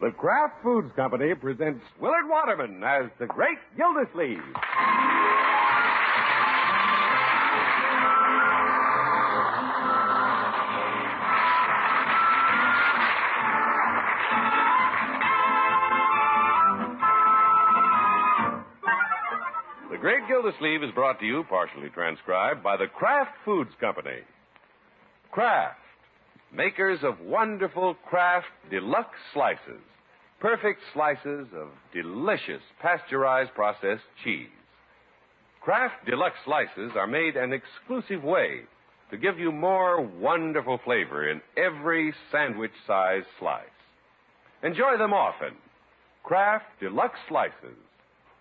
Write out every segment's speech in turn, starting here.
The Kraft Foods Company presents Willard Waterman as the great Gildersleeve. The Great Gildersleeve is brought to you, partially transcribed, by the Kraft Foods Company. Kraft, makers of wonderful Kraft Deluxe Slices, perfect slices of delicious pasteurized processed cheese. Kraft Deluxe Slices are made an exclusive way to give you more wonderful flavor in every sandwich size slice. Enjoy them often. Kraft Deluxe Slices.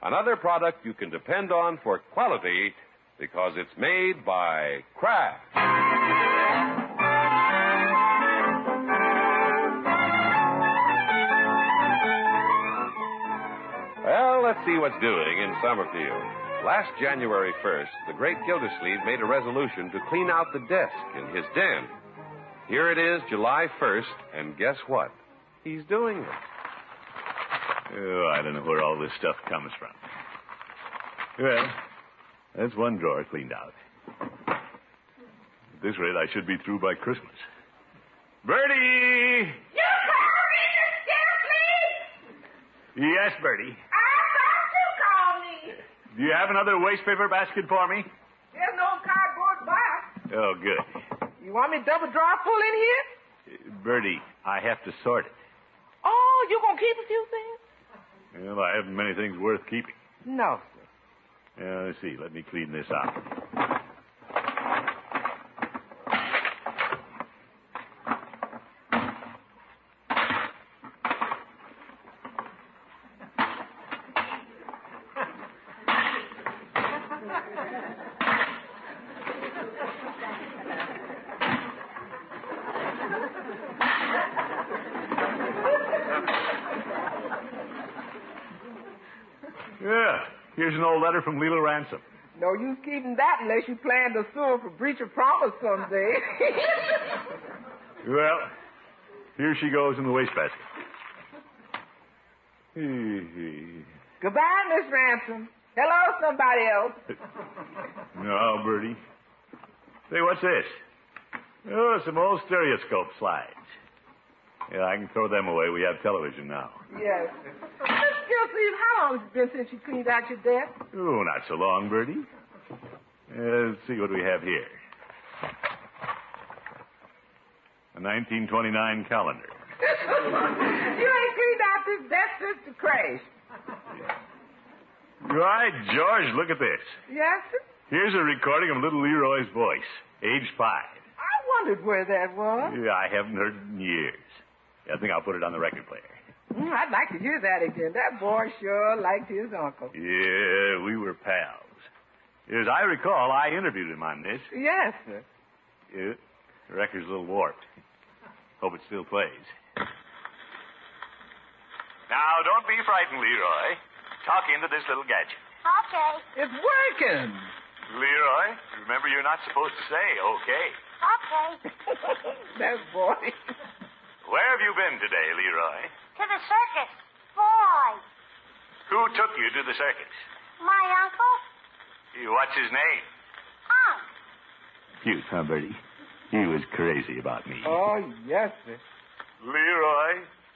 Another product you can depend on for quality because it's made by Kraft. Well, let's see what's doing in Summerfield. Last January 1st, the great Gildersleeve made a resolution to clean out the desk in his den. Here it is, July 1st, and guess what? He's doing it. Oh, I don't know where all this stuff comes from. Well, that's one drawer cleaned out. At this rate, I should be through by Christmas. Bertie! You called me to Gildersleeve? Yes, Bertie. I thought you called me. Do you have another waste paper basket for me? There's no cardboard box. Oh, good. Uh, You want me double drawer full in here? Bertie, I have to sort it. Oh, you gonna keep a few things? Well, I haven't many things worth keeping. No, sir. Uh, let's see. Let me clean this out. Yeah. Here's an old letter from Leela Ransom. No use keeping that unless you plan to sue him for breach of promise someday. Well, here she goes in the wastebasket. Goodbye, Miss Ransom. Hello, somebody else. no, Bertie. Say, what's this? Oh, some old stereoscope slides. Yeah, I can throw them away. We have television now. Yes. Miss Gildersleeve, how long has it been since you cleaned out your desk? Oh, not so long, Bertie. Uh, let's see what we have here. A 1929 calendar. you ain't cleaned out this desk since the crash. Right, George, look at this. Yes, sir. Here's a recording of little Leroy's voice, age five. I wondered where that was. Yeah, I haven't heard it in years. I think I'll put it on the record player. Mm, I'd like to hear that again. That boy sure liked his uncle. Yeah, we were pals. As I recall, I interviewed him on this. Yes, sir. Yeah, the record's a little warped. Hope it still plays. Now, don't be frightened, Leroy. Talk into this little gadget. Okay, It's working. Leroy, remember you're not supposed to say okay. okay. That boy. Where have you been today, Leroy? to the circus. Boy, Who took you to the circus? my uncle, What's his name? Unc. Cute, huh, Bertie? He was crazy about me. Oh, yes, sir. Leroy,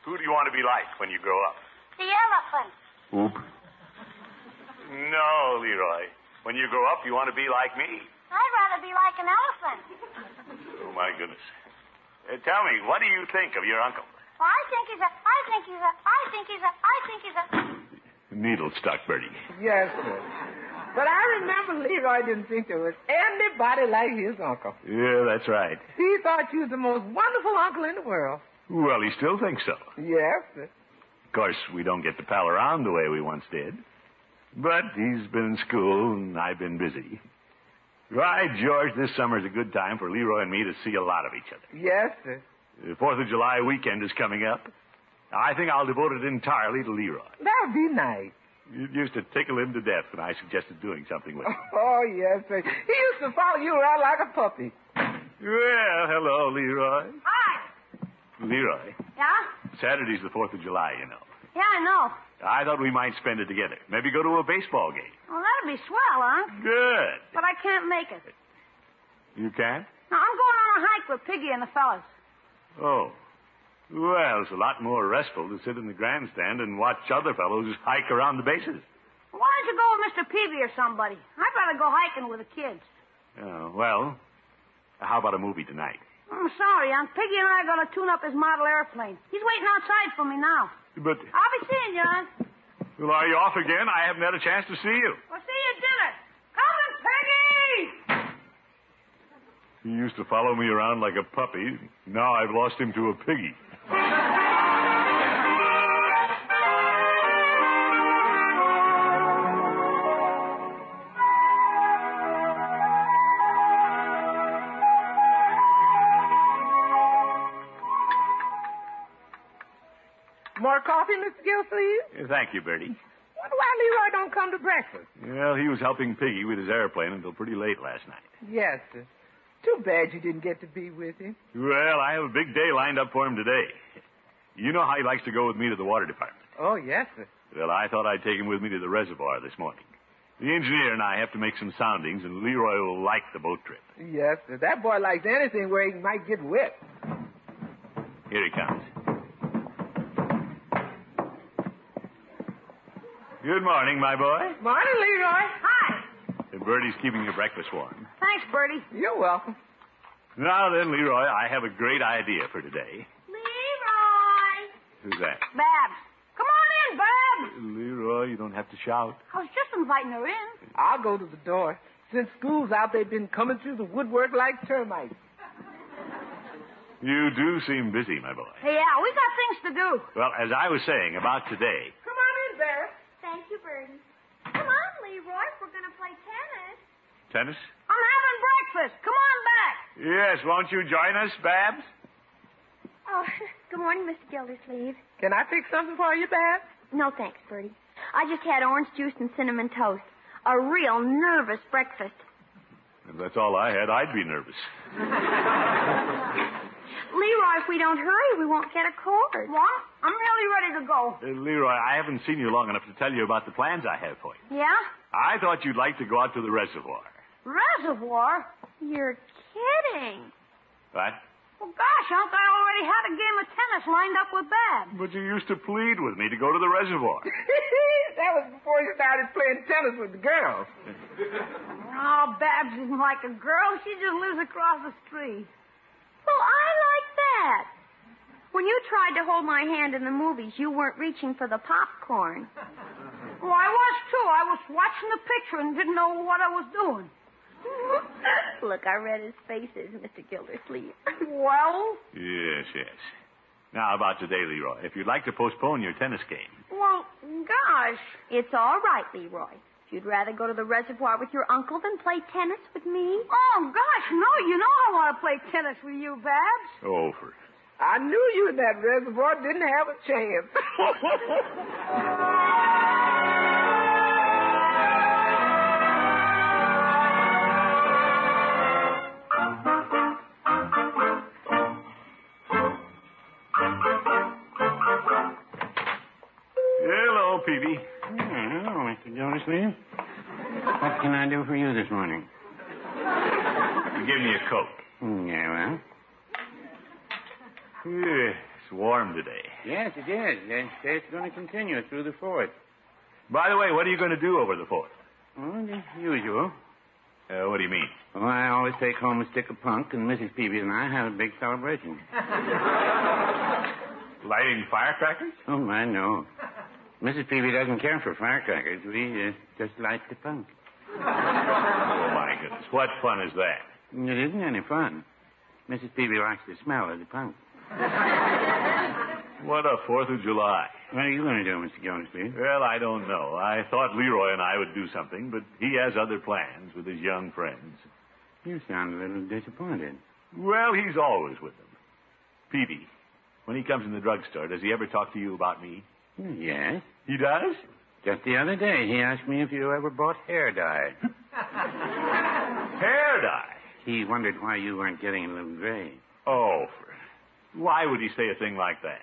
who do you want to be like when you grow up? the elephant. No, Leroy. When you grow up, you want to be like me. I'd rather be like an elephant. Oh, my goodness. Uh, tell me, what do you think of your uncle? Well, I think he's a, I think he's a, I think he's a, I think he's a. Needle stuck, Bertie. Yes, sir. But I remember Leroy didn't think there was anybody like his uncle. Yeah, that's right. He thought you was the most wonderful uncle in the world. Well, he still thinks so. Yes, sir. Of course, we don't get to pal around the way we once did. But he's been in school, and I've been busy. Right, George, this summer's a good time for Leroy and me to see a lot of each other. Yes, sir. The Fourth of July weekend is coming up. I think I'll devote it entirely to Leroy. That would be nice. It used to tickle him to death when I suggested doing something with him. Oh, yes, sir. He used to follow you around like a puppy. well, hello, Leroy. Hi. Leroy, Yeah? Saturday's the 4th of July, you know. Yeah, I know. I thought we might spend it together. Maybe go to a baseball game. Well, that'd be swell, huh? Good. But I can't make it. You can't? Now, I'm going on a hike with Piggy and the fellas. Oh. Well, it's a lot more restful to sit in the grandstand and watch other fellows hike around the bases. Why don't you go with Mr. Peavy or somebody? I'd rather go hiking with the kids. Oh, well, how about a movie tonight? I'm sorry, Aunt Piggy and I are going to tune up his model airplane. He's waiting outside for me now. But, I'll be seeing you, Aunt. well, are you off again? I haven't had a chance to see you. We'll see you at dinner. Coming, Peggy! He used to follow me around like a puppy. Now I've lost him to a piggy. More coffee, Mr. Gilsleeve? Thank you, Bertie. Wonder why Leroy don't come to breakfast. Well, he was helping Piggy with his airplane until pretty late last night. Yes, sir. Too bad you didn't get to be with him. Well, I have a big day lined up for him today. You know how he likes to go with me to the water department. Oh, yes, sir. Well, I thought I'd take him with me to the reservoir this morning. The engineer and I have to make some soundings, and Leroy will like the boat trip. Yes, sir. That boy likes anything where he might get wet. Here he comes. Good morning, my boy. Morning, Leroy. Hi. Bertie's keeping your breakfast warm. Thanks, Bertie. You're welcome. Now then, Leroy, I have a great idea for today. Leroy! Who's that? Babs. Come on in, Babs. Leroy, you don't have to shout. I was just inviting her in. I'll go to the door. Since school's out, they've been coming through the woodwork like termites. You do seem busy, my boy. Hey, yeah, we got things to do. Well, as I was saying about today, Come on in, Barrett. Thank you, Bertie. Come on, Leroy. We're going to play tennis. tennis? I'm having breakfast. Come on back. Yes, won't you join us, Babs? Oh, good morning, Mr. Gildersleeve. Can I fix something for you, Babs? No, thanks, Bertie. I just had orange juice and cinnamon toast. A real nervous breakfast. If that's all I had, I'd be nervous. Leroy, if we don't hurry, we won't get a cord. Mom, I'm really ready to go. Uh, Leroy, I haven't seen you long enough to tell you about the plans I have for you. Yeah? I thought you'd like to go out to the reservoir. Reservoir? You're kidding. What? Well, gosh, Unc, I already had a game of tennis lined up with Babs. But you used to plead with me to go to the reservoir. that was before you started playing tennis with the girls. Oh, Babs isn't like a girl. She just lives across the street. Well, I like that. When you tried to hold my hand in the movies, you weren't reaching for the popcorn. Well, I was, too. I was watching the picture and didn't know what I was doing. Look, I read his faces, Mr. Gildersleeve. Well, Yes, yes. Now about today, Leroy. If you'd like to postpone your tennis game, well, gosh. It's all right, Leroy. If you'd rather go to the reservoir with your uncle than play tennis with me, Oh, gosh, no. You know I want to play tennis with you, Babs. oh, for I knew you in that reservoir didn't have a chance. Hello, Peavy. Hello, Mr. Gildersleeve. What can I do for you this morning? Give me a coat. Hmm, Yeah, well. Yeah, it's warm today. Yes, it is. Yes, It's going to continue through the fourth. By the way, what are you going to do over the fourth? Oh, just the usual. Uh, what do you mean? Well, I always take home a stick of punk, and Mrs. Peavy and I have a big celebration. Lighting firecrackers? Oh, I know. Mrs. Peavy doesn't care for firecrackers. We uh, just light the punk. Oh, my goodness. What fun is that? It isn't any fun. Mrs. Peavy likes the smell of the punk. What a Fourth of July. What are you going to do, Mr. Gildersleeve? Well, I don't know. I thought Leroy and I would do something, but he has other plans with his young friends. You sound a little disappointed. Well, he's always with them. Peavy, when he comes in the drugstore, does he ever talk to you about me? Yes. He does? Just the other day, he asked me if you ever bought hair dye. Hair dye. He wondered why you weren't getting a little gray. Oh, for- why would he say a thing like that?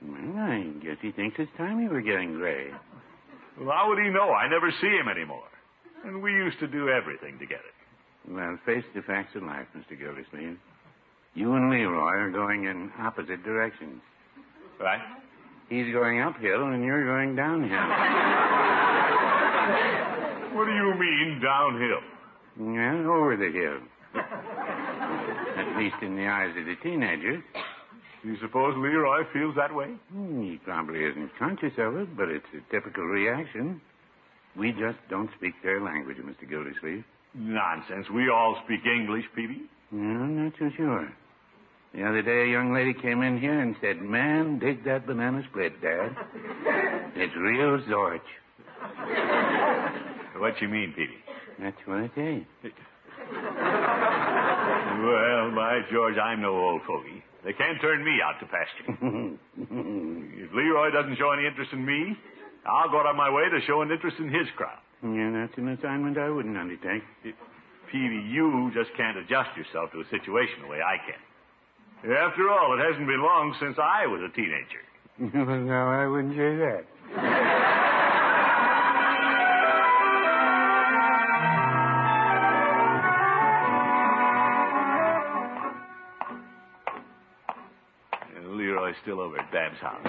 Well, I guess he thinks it's time you were getting gray. Well, how would he know? I never see him anymore. And we used to do everything together. Well, face the facts of life, Mr. Gildersleeve. You and Leroy are going in opposite directions. Right? He's going uphill and you're going downhill. What do you mean downhill? yeah, over the hill. At least in the eyes of the teenagers. You suppose Leroy feels that way? Hmm, He probably isn't conscious of it, but it's a typical reaction. We just don't speak their language, Mr. Gildersleeve. Nonsense. We all speak English, Peavy. No, I'm not so sure. The other day, a young lady came in here and said, Man, dig that banana split, Dad. it's real Zorch. What you mean, Peavy? That's what I say. Well, by George, I'm no old fogey. They can't turn me out to pasture. if Leroy doesn't show any interest in me, I'll go out of my way to show an interest in his crowd. Yeah, that's an assignment I wouldn't undertake. Peavy, you just can't adjust yourself to a situation the way I can. After all, it hasn't been long since I was a teenager. well, no, I wouldn't say that. Uh, Leroy's still over at Bab's house.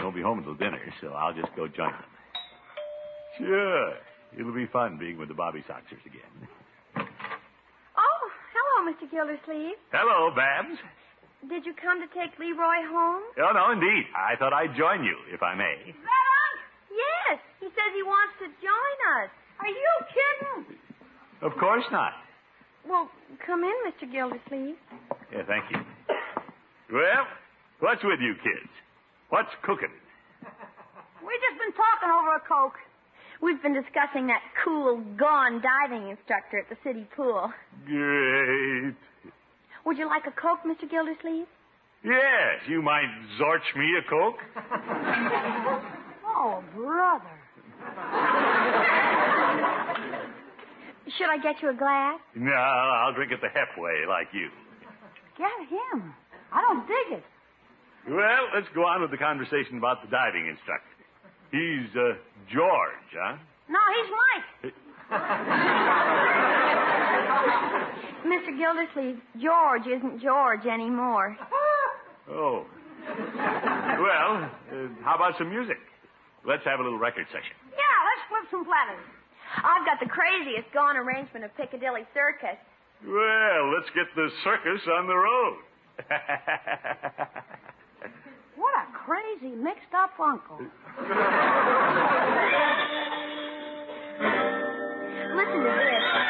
Won't be home until dinner, so I'll just go join him. Sure. It'll be fun being with the Bobby Soxers again. Oh, hello, Mr. Gildersleeve. Hello, Babs. Did you come to take Leroy home? Oh, no, indeed. I thought I'd join you, if I may. Is that Unc? Yes. He says he wants to join us. Are you kidding? Of course not. Well, come in, Mr. Gildersleeve. Yeah, thank you. Well, what's with you kids? What's cooking? We've just been talking over a Coke. We've been discussing that cool, gone diving instructor at the city pool. Great. Would you like a Coke, Mr. Gildersleeve? Yes, you might zorch me a Coke. Oh, brother. Should I get you a glass? No, I'll drink it the hep way, like you. Get him. I don't dig it. Well, let's go on with the conversation about the diving instructor. He's uh, George, huh? No, he's Mike. Mr. Gildersleeve, George isn't George anymore. Oh. well, uh, how about some music? Let's have a little record session. Yeah, let's flip some platters. I've got the craziest gone arrangement of Piccadilly Circus. Well, let's get the circus on the road. What a crazy mixed up uncle. Listen to this.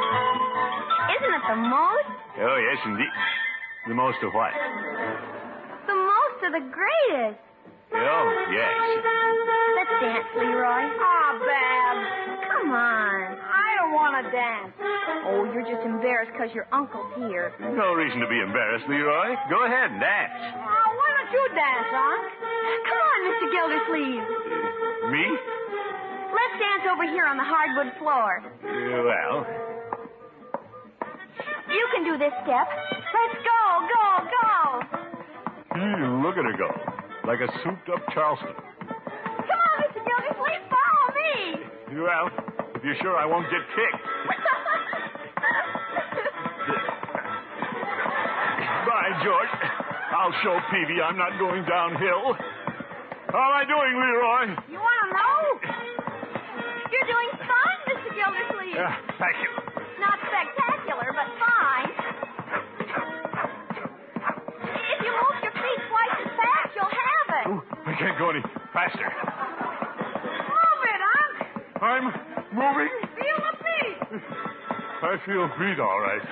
Isn't it the most? oh, yes, indeed. The most of what? The most of the greatest. Oh, yes. Let's dance, Leroy. Ah, Babs. Come on. I don't want to dance. Oh, you're just embarrassed because your uncle's here. No reason to be embarrassed, Leroy. Go ahead and dance. Oh, why don't you dance, Unc? Come on, Mr. Gildersleeve. Uh, Me? Let's dance over here on the hardwood floor. Uh, Well, You can do this step. Let's go, go, go. hmm, look at her go. Like a souped up Charleston. Come on, Mr. Oh, Gildersleeve, follow me. Well, if you're sure I won't get kicked. Bye, George. I'll show Peavy I'm not going downhill. How am I doing, Leroy? You want to know? You're doing fine, Mr. Gildersleeve. Yeah, thank you. Not spectacular, but fine. If you move your feet twice as fast, you'll have it. Ooh, I can't go any faster. Move it, Unc. I'm moving. Feel the feet. I feel beat all right.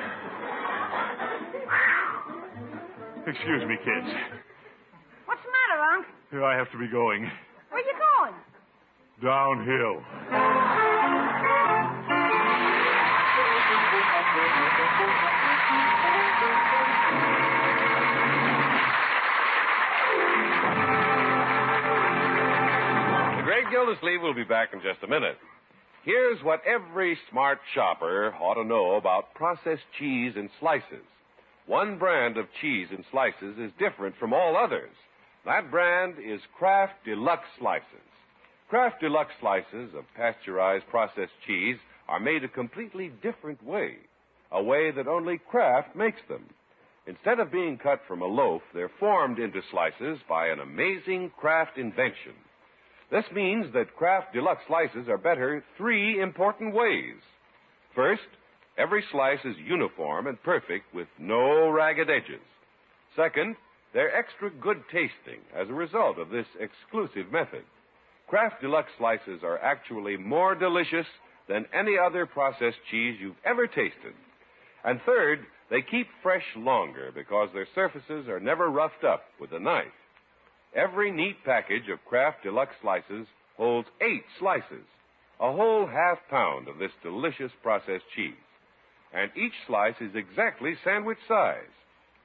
Excuse me, kids. What's the matter, Unc? Here I have to be going Where you going? downhill. The great Gildersleeve will be back in just a minute. Here's what every smart shopper ought to know about processed cheese in slices. One brand of cheese in slices is different from all others. That brand is Kraft Deluxe Slices. Kraft Deluxe Slices of pasteurized processed cheese are made a completely different way, a way that only Kraft makes them. Instead of being cut from a loaf, they're formed into slices by an amazing Kraft invention. This means that Kraft Deluxe slices are better three important ways. First, every slice is uniform and perfect with no ragged edges. Second, they're extra good tasting as a result of this exclusive method. Kraft Deluxe slices are actually more delicious than any other processed cheese you've ever tasted. And third, they keep fresh longer because their surfaces are never roughed up with a knife. Every neat package of Kraft Deluxe slices holds eight slices, a whole half pound of this delicious processed cheese. And each slice is exactly sandwich size,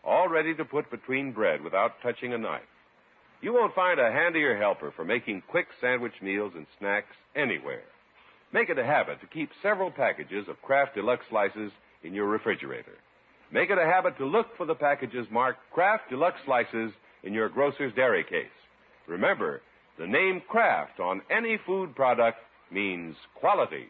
all ready to put between bread without touching a knife. You won't find a handier helper for making quick sandwich meals and snacks anywhere. Make it a habit to keep several packages of Kraft Deluxe slices in your refrigerator. Make it a habit to look for the packages marked Kraft Deluxe Slices in your grocer's dairy case. Remember, the name Kraft on any food product means quality.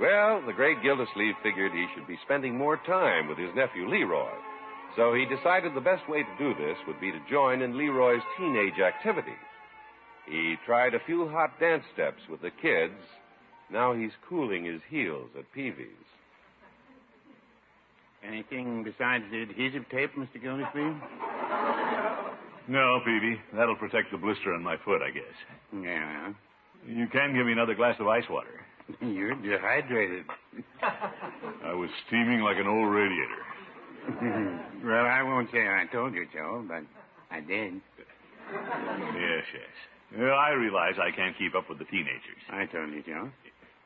Well, the great Gildersleeve figured he should be spending more time with his nephew Leroy. So he decided the best way to do this would be to join in Leroy's teenage activities. He tried a few hot dance steps with the kids. Now he's cooling his heels at Peavy's. Anything besides the adhesive tape, Mr. Gildersleeve? No, Peavy. That'll protect the blister on my foot, I guess. Yeah. You can give me another glass of ice water. You're dehydrated. I was steaming like an old radiator. well, I won't say I told you so, but I did. Yes, yes. Well, I realize I can't keep up with the teenagers. I told you so.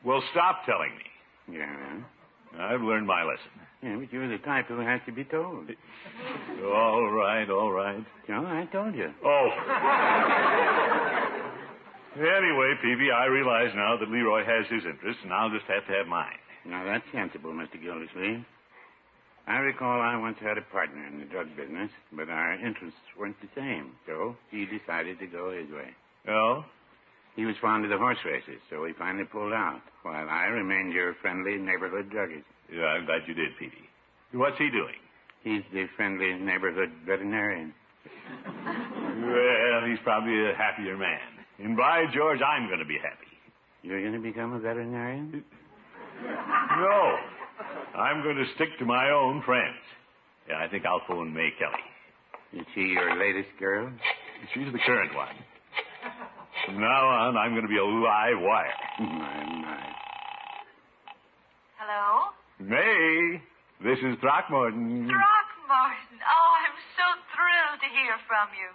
Well, stop telling me. Yeah. I've learned my lesson. Yeah, but you're the type who has to be told. All right, all right. So I told you. Oh. anyway, Peavy, I realize now that Leroy has his interests, and I'll just have to have mine. Now, that's sensible, Mr. Gildersleeve. I recall I once had a partner in the drug business, but our interests weren't the same, so he decided to go his way. Oh? He was fond of the horse races, so he finally pulled out, while I remained your friendly neighborhood druggist. Yeah, I'm glad you did, Peavy. What's he doing? He's the friendly neighborhood veterinarian. Well, he's probably a happier man. And by George, I'm going to be happy. You're going to become a veterinarian? No. I'm going to stick to my own friends. Yeah, I think I'll phone May Kelly. Is she your latest girl? She's the current one. From now on, I'm going to be a live wire. My, my. Hello? May, this is Throckmorton. Throckmorton. Oh, I'm so thrilled to hear from you.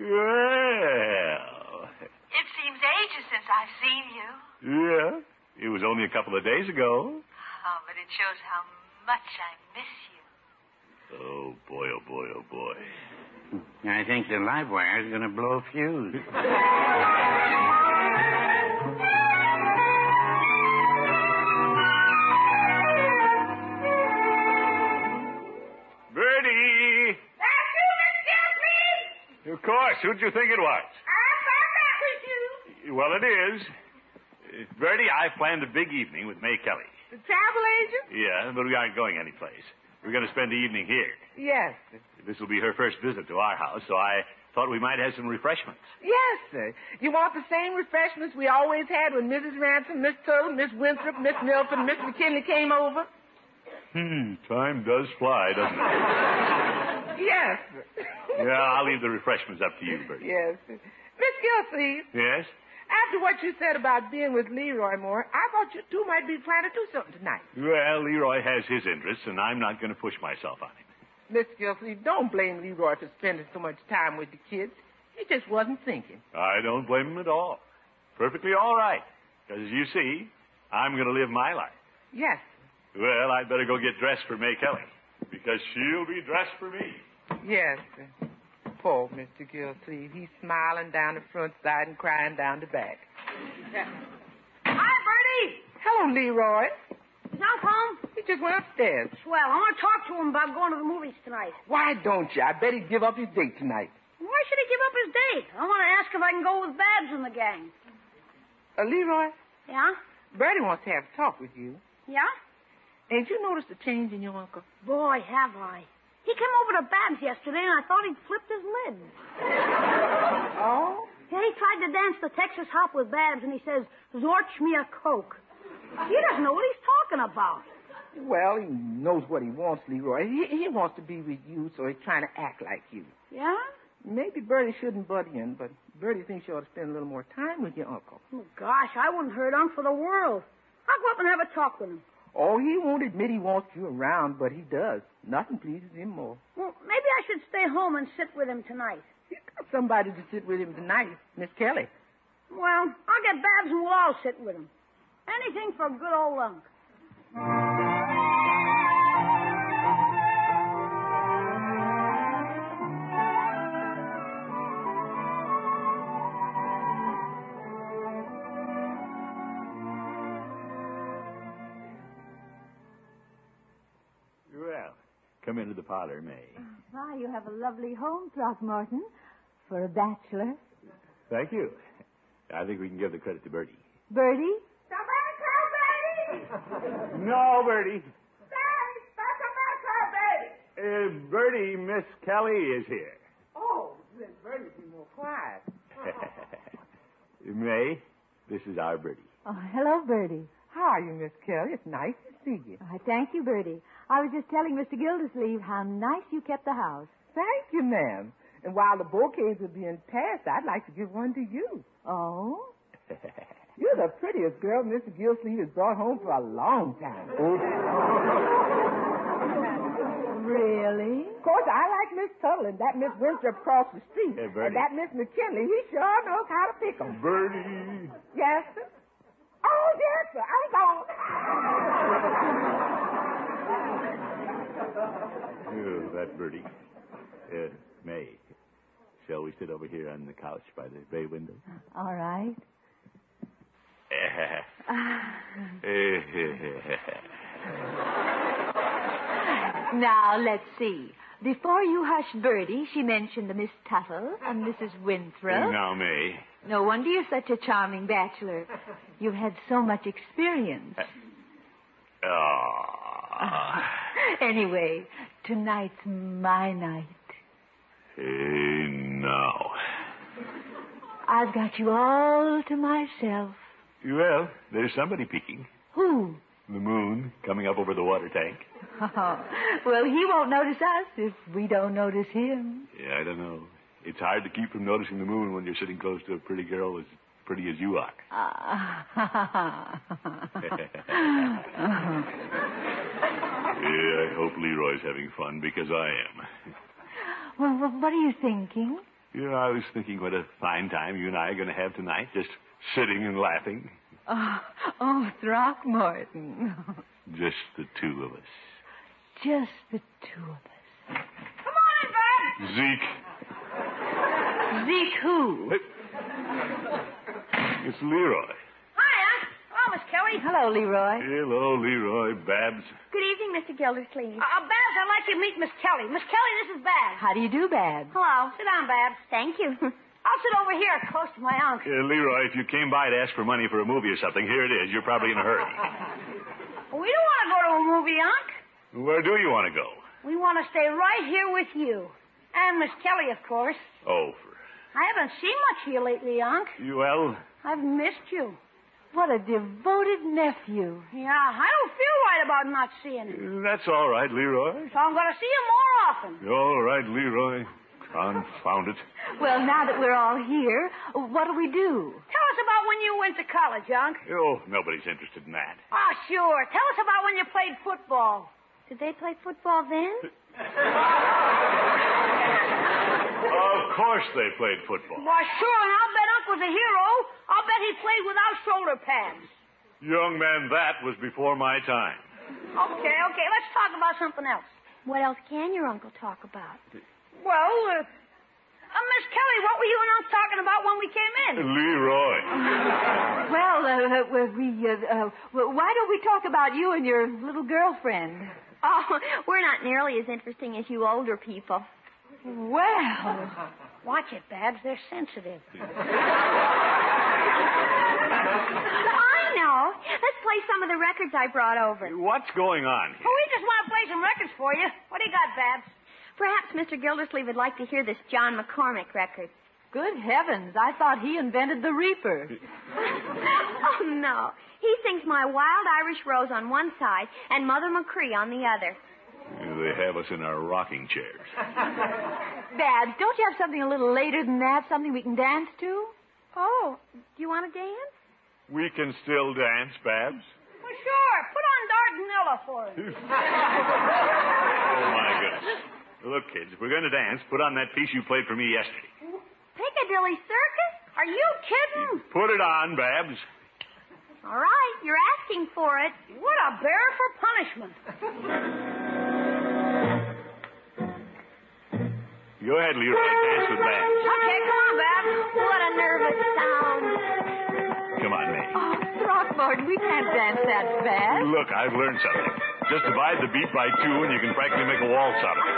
Well, It seems ages since I've seen you. yeah. It was only a couple of days ago. Oh, but it shows how much I miss you. Oh, boy, oh, boy, oh, boy. I think the live wire's going to blow a fuse. Bertie! That's you, Miss Gildersleeve. Of course. Who'd you think it was? I'm right back with you. Well, it is. Uh, Bertie, I've planned a big evening with May Kelly. The travel agent? Yeah, but we aren't going anyplace. We're going to spend the evening here. Yes, sir. This will be her first visit to our house, so I thought we might have some refreshments. Yes, sir. You want the same refreshments we always had when Mrs. Ransom, Miss Turtle, Miss Winthrop, Miss Milford, Miss McKinley came over? Hmm, time does fly, doesn't it? Yes, sir. yeah, I'll leave the refreshments up to you, Bertie. yes, sir. Miss Gilsey, Yes? after what you said about being with Leroy Moore, I thought you two might be planning to do something tonight. Well, Leroy has his interests, and I'm not going to push myself on him. Miss Gilsey, don't blame Leroy for spending so much time with the kids. He just wasn't thinking. I don't blame him at all. Perfectly all right. Because, you see, I'm going to live my life. Yes. Well, I'd better go get dressed for May Kelly, because she'll be dressed for me. Yes, sir. Poor Mr. Gillsleeve. He's smiling down the front side and crying down the back. Hi, Bertie. Hello, Leroy. Is Unc home? He just went upstairs. Swell. I want to talk to him about going to the movies tonight. Why don't you? I bet he'd give up his date tonight. Why should he give up his date? I want to ask if I can go with Babs and the gang. Uh, Leroy, Yeah? Bertie wants to have a talk with you. Yeah? Ain't you noticed a change in your uncle? Boy, have I. He came over to Babs yesterday, and I thought he'd flipped his lid. Oh? Yeah, he tried to dance the Texas hop with Babs, and he says, Zorch me a Coke. He doesn't know what he's talking about. Well, he knows what he wants, Leroy. He, he wants to be with you, so he's trying to act like you. Yeah? Maybe Bertie shouldn't butt in, but Bertie thinks you ought to spend a little more time with your uncle. Oh, gosh, I wouldn't hurt Unc for the world. I'll go up and have a talk with him. Oh, he won't admit he wants you around, but he does. Nothing pleases him more. Well, maybe I should stay home and sit with him tonight. He's got somebody to sit with him tonight, Miss Kelly. Well, I'll get Babs and we'll all sit with him. Anything for good old Unc. Well, come into the parlor, May. Ah, you have a lovely home, Throckmorton, for a bachelor. Thank you. I think we can give the credit to Bertie. Bertie? Somebody call Betty! No, Bertie. Somebody call Betty! Uh, Bertie, Miss Kelly is here. Oh, then Bertie would be more quiet. May, this is our Bertie. Oh, hello, Bertie. How are you, Miss Kelly? It's nice to see you. I thank you, Bertie. I was just telling Mr. Gildersleeve how nice you kept the house. Thank you, ma'am. And while the bouquets are being passed, I'd like to give one to you. Oh? You're the prettiest girl Mr. Gilsleeve has brought home for a long time. Really? Of course, I like Miss Tuttle and that Miss Winthrop across the street. Hey, Bertie. and that Miss McKinley, he sure knows how to pick 'em. Bertie. Yes, sir. Oh, yes, sir. I'm gone. Oh, that Bertie. Uh, May, shall we sit over here on the couch by the bay window? All right. Now, let's see. Before you hushed Bertie, she mentioned the Miss Tuttle and Mrs. Winthrop. now, May. No wonder you're such a charming bachelor. You've had so much experience. Ah. Anyway, tonight's my night. Eh, now. I've got you all to myself. Well, there's somebody peeking. Who? The moon coming up over the water tank. well, he won't notice us if we don't notice him. Yeah, I don't know. It's hard to keep from noticing the moon when you're sitting close to a pretty girl as pretty as you are. Ah. Yeah, I hope Leroy's having fun because I am. well, wh- what are you thinking? You know, I was thinking what a fine time you and I are going to have tonight, just sitting and laughing. Oh, oh Throckmorton. Just the two of us. Just the two of us. Zeke, Zeke, who? it's Leroy. Hi, Unc. Hello, Oh, Miss Kelly. Hello, Leroy. Hello, Leroy, Babs. Good evening, Mr. Gildersleeve. Uh, Babs, I'd like you to meet Miss Kelly. Miss Kelly, this is Babs. How do you do, Babs? Hello. Sit down, Babs. Thank you. I'll sit over here close to my Unc. Uh, Leroy, if you came by to ask for money for a movie or something, here it is. You're probably in a hurry. We don't want to go to a movie, Unc. Where do you want to go? We want to stay right here with you. And Miss Kelly, of course. Oh, I haven't seen much of you lately, Unc. for... well, I've missed you. What a devoted nephew. Yeah, I don't feel right about not seeing you. that's all right, Leroy. So I'm going to see you more often. All right, Leroy. Confound it. Well, now that we're all here, what'll we do? Tell us about when you went to college, Unc. Oh, nobody's interested in that. Oh, sure. Tell us about when you played football. Did they play football then? Of course they played football. Why, sure, and I'll bet Unc was a hero. I'll bet he played without shoulder pads. Young man, that was before my time. Okay, okay, let's talk about something else. What else can your uncle talk about? Well, uh, Uh, Miss Kelly, what were you and us talking about when we came in? Leroy. Well, uh, uh, well, we, uh, uh, well, why don't we talk about you and your little girlfriend? Oh, we're not nearly as interesting as you older people. Well, Watch it, Babs. They're sensitive. I know. Let's play some of the records I brought over. What's going on here? Well, we just want to play some records for you. What do you got, Babs? Perhaps Mr. Gildersleeve would like to hear this John McCormick record. good heavens, I thought he invented the reaper. oh, no. He sings My Wild Irish Rose on one side and Mother McCree on the other. They have us in our rocking chairs. Babs, don't you have something a little later than that? Something we can dance to? Oh, do you want to dance? We can still dance, Babs. Well, sure. Put on Dardanella for us. Oh, my goodness. Look, kids, if we're going to dance, put on that piece you played for me yesterday. Piccadilly Circus? Are you kidding? Put it on, Babs. All right, you're asking for it. What a bear for punishment. Go ahead, Leroy. Dance with Babs. Okay, come on, Babs. What a nervous sound. Come on, May. Oh, Throckmorton, we can't dance that fast. Look, I've learned something. Just divide the beat by two, and you can practically make a waltz out of it.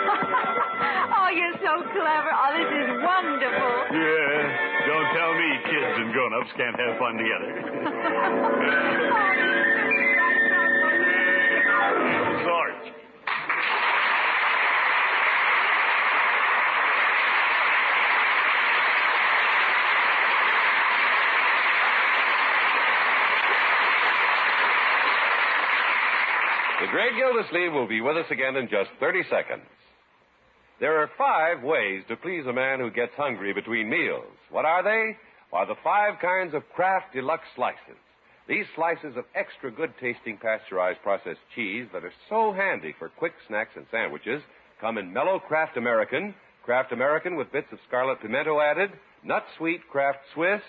oh, you're so clever. Oh, this is wonderful. Yeah. Don't tell me kids and grown-ups can't have fun together. Sarge. The great Gildersleeve will be with us again in just 30 seconds. There are five ways to please a man who gets hungry between meals. What are they? Are the five kinds of Kraft Deluxe slices. These slices of extra good tasting pasteurized processed cheese that are so handy for quick snacks and sandwiches come in mellow Kraft American, Kraft American with bits of scarlet pimento added, nut sweet Kraft Swiss,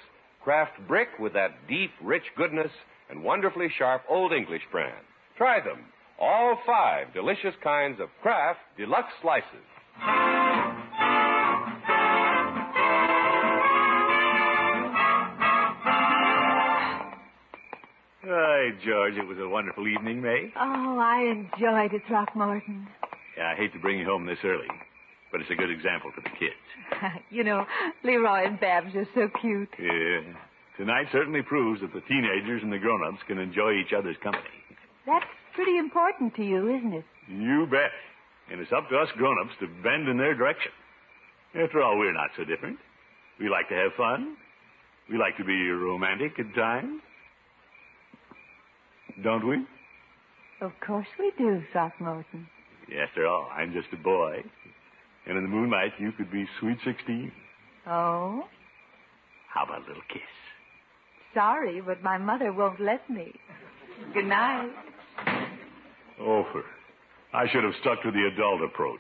Kraft Brick with that deep, rich goodness, and wonderfully sharp Old English brand. Try them. All five delicious kinds of Kraft Deluxe slices. Hi, George. It was a wonderful evening, May. Oh, I enjoyed it, Throckmorton. Yeah, I hate to bring you home this early, but it's a good example for the kids. you know, Leroy and Babs are so cute. Yeah. Tonight certainly proves that the teenagers and the grown-ups can enjoy each other's company. That's pretty important to you, isn't it? You bet. And it's up to us grown-ups to bend in their direction. After all, we're not so different. We like to have fun. We like to be romantic at times. Don't we? Of course we do, Throckmorton. After all, I'm just a boy. And in the moonlight, you could be sweet 16. Oh, How about a little kiss? sorry, but my mother won't let me. Good night. Over. Oh, I should have stuck to the adult approach.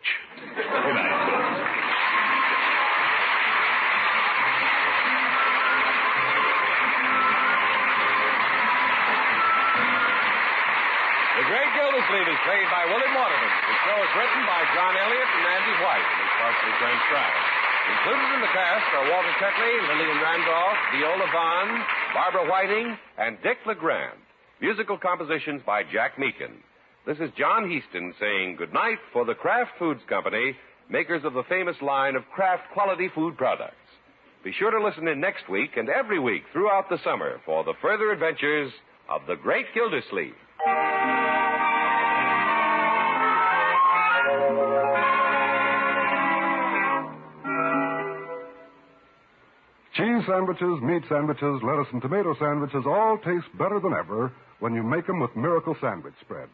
Good night, George. The Great Gildersleeve is played by Willard Waterman. The show is written by John Elliott and Andy White and is partially transcribed. Included in the cast are Walter Tetley, Lillian Randolph, Viola Vaughn, Barbara Whiting, and Dick LeGrand. Musical compositions by Jack Meakin. This is John Heaston saying goodnight for the Kraft Foods Company, makers of the famous line of Kraft quality food products. Be sure to listen in next week and every week throughout the summer for the further adventures of the Great Gildersleeve. Cheese sandwiches, meat sandwiches, lettuce and tomato sandwiches all taste better than ever when you make them with Miracle Sandwich Spread.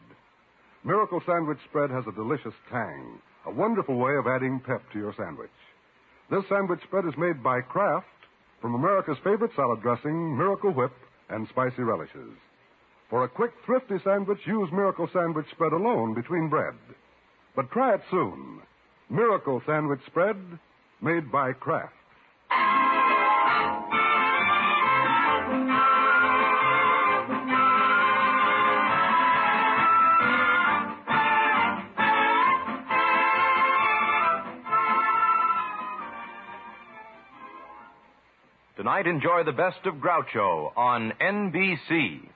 Miracle Sandwich Spread has a delicious tang, a wonderful way of adding pep to your sandwich. This sandwich spread is made by Kraft from America's favorite salad dressing, Miracle Whip, and spicy relishes. For a quick, thrifty sandwich, use Miracle Sandwich Spread alone between bread. But try it soon. Miracle Sandwich Spread, made by Kraft. tonight enjoy the best of Groucho on NBC.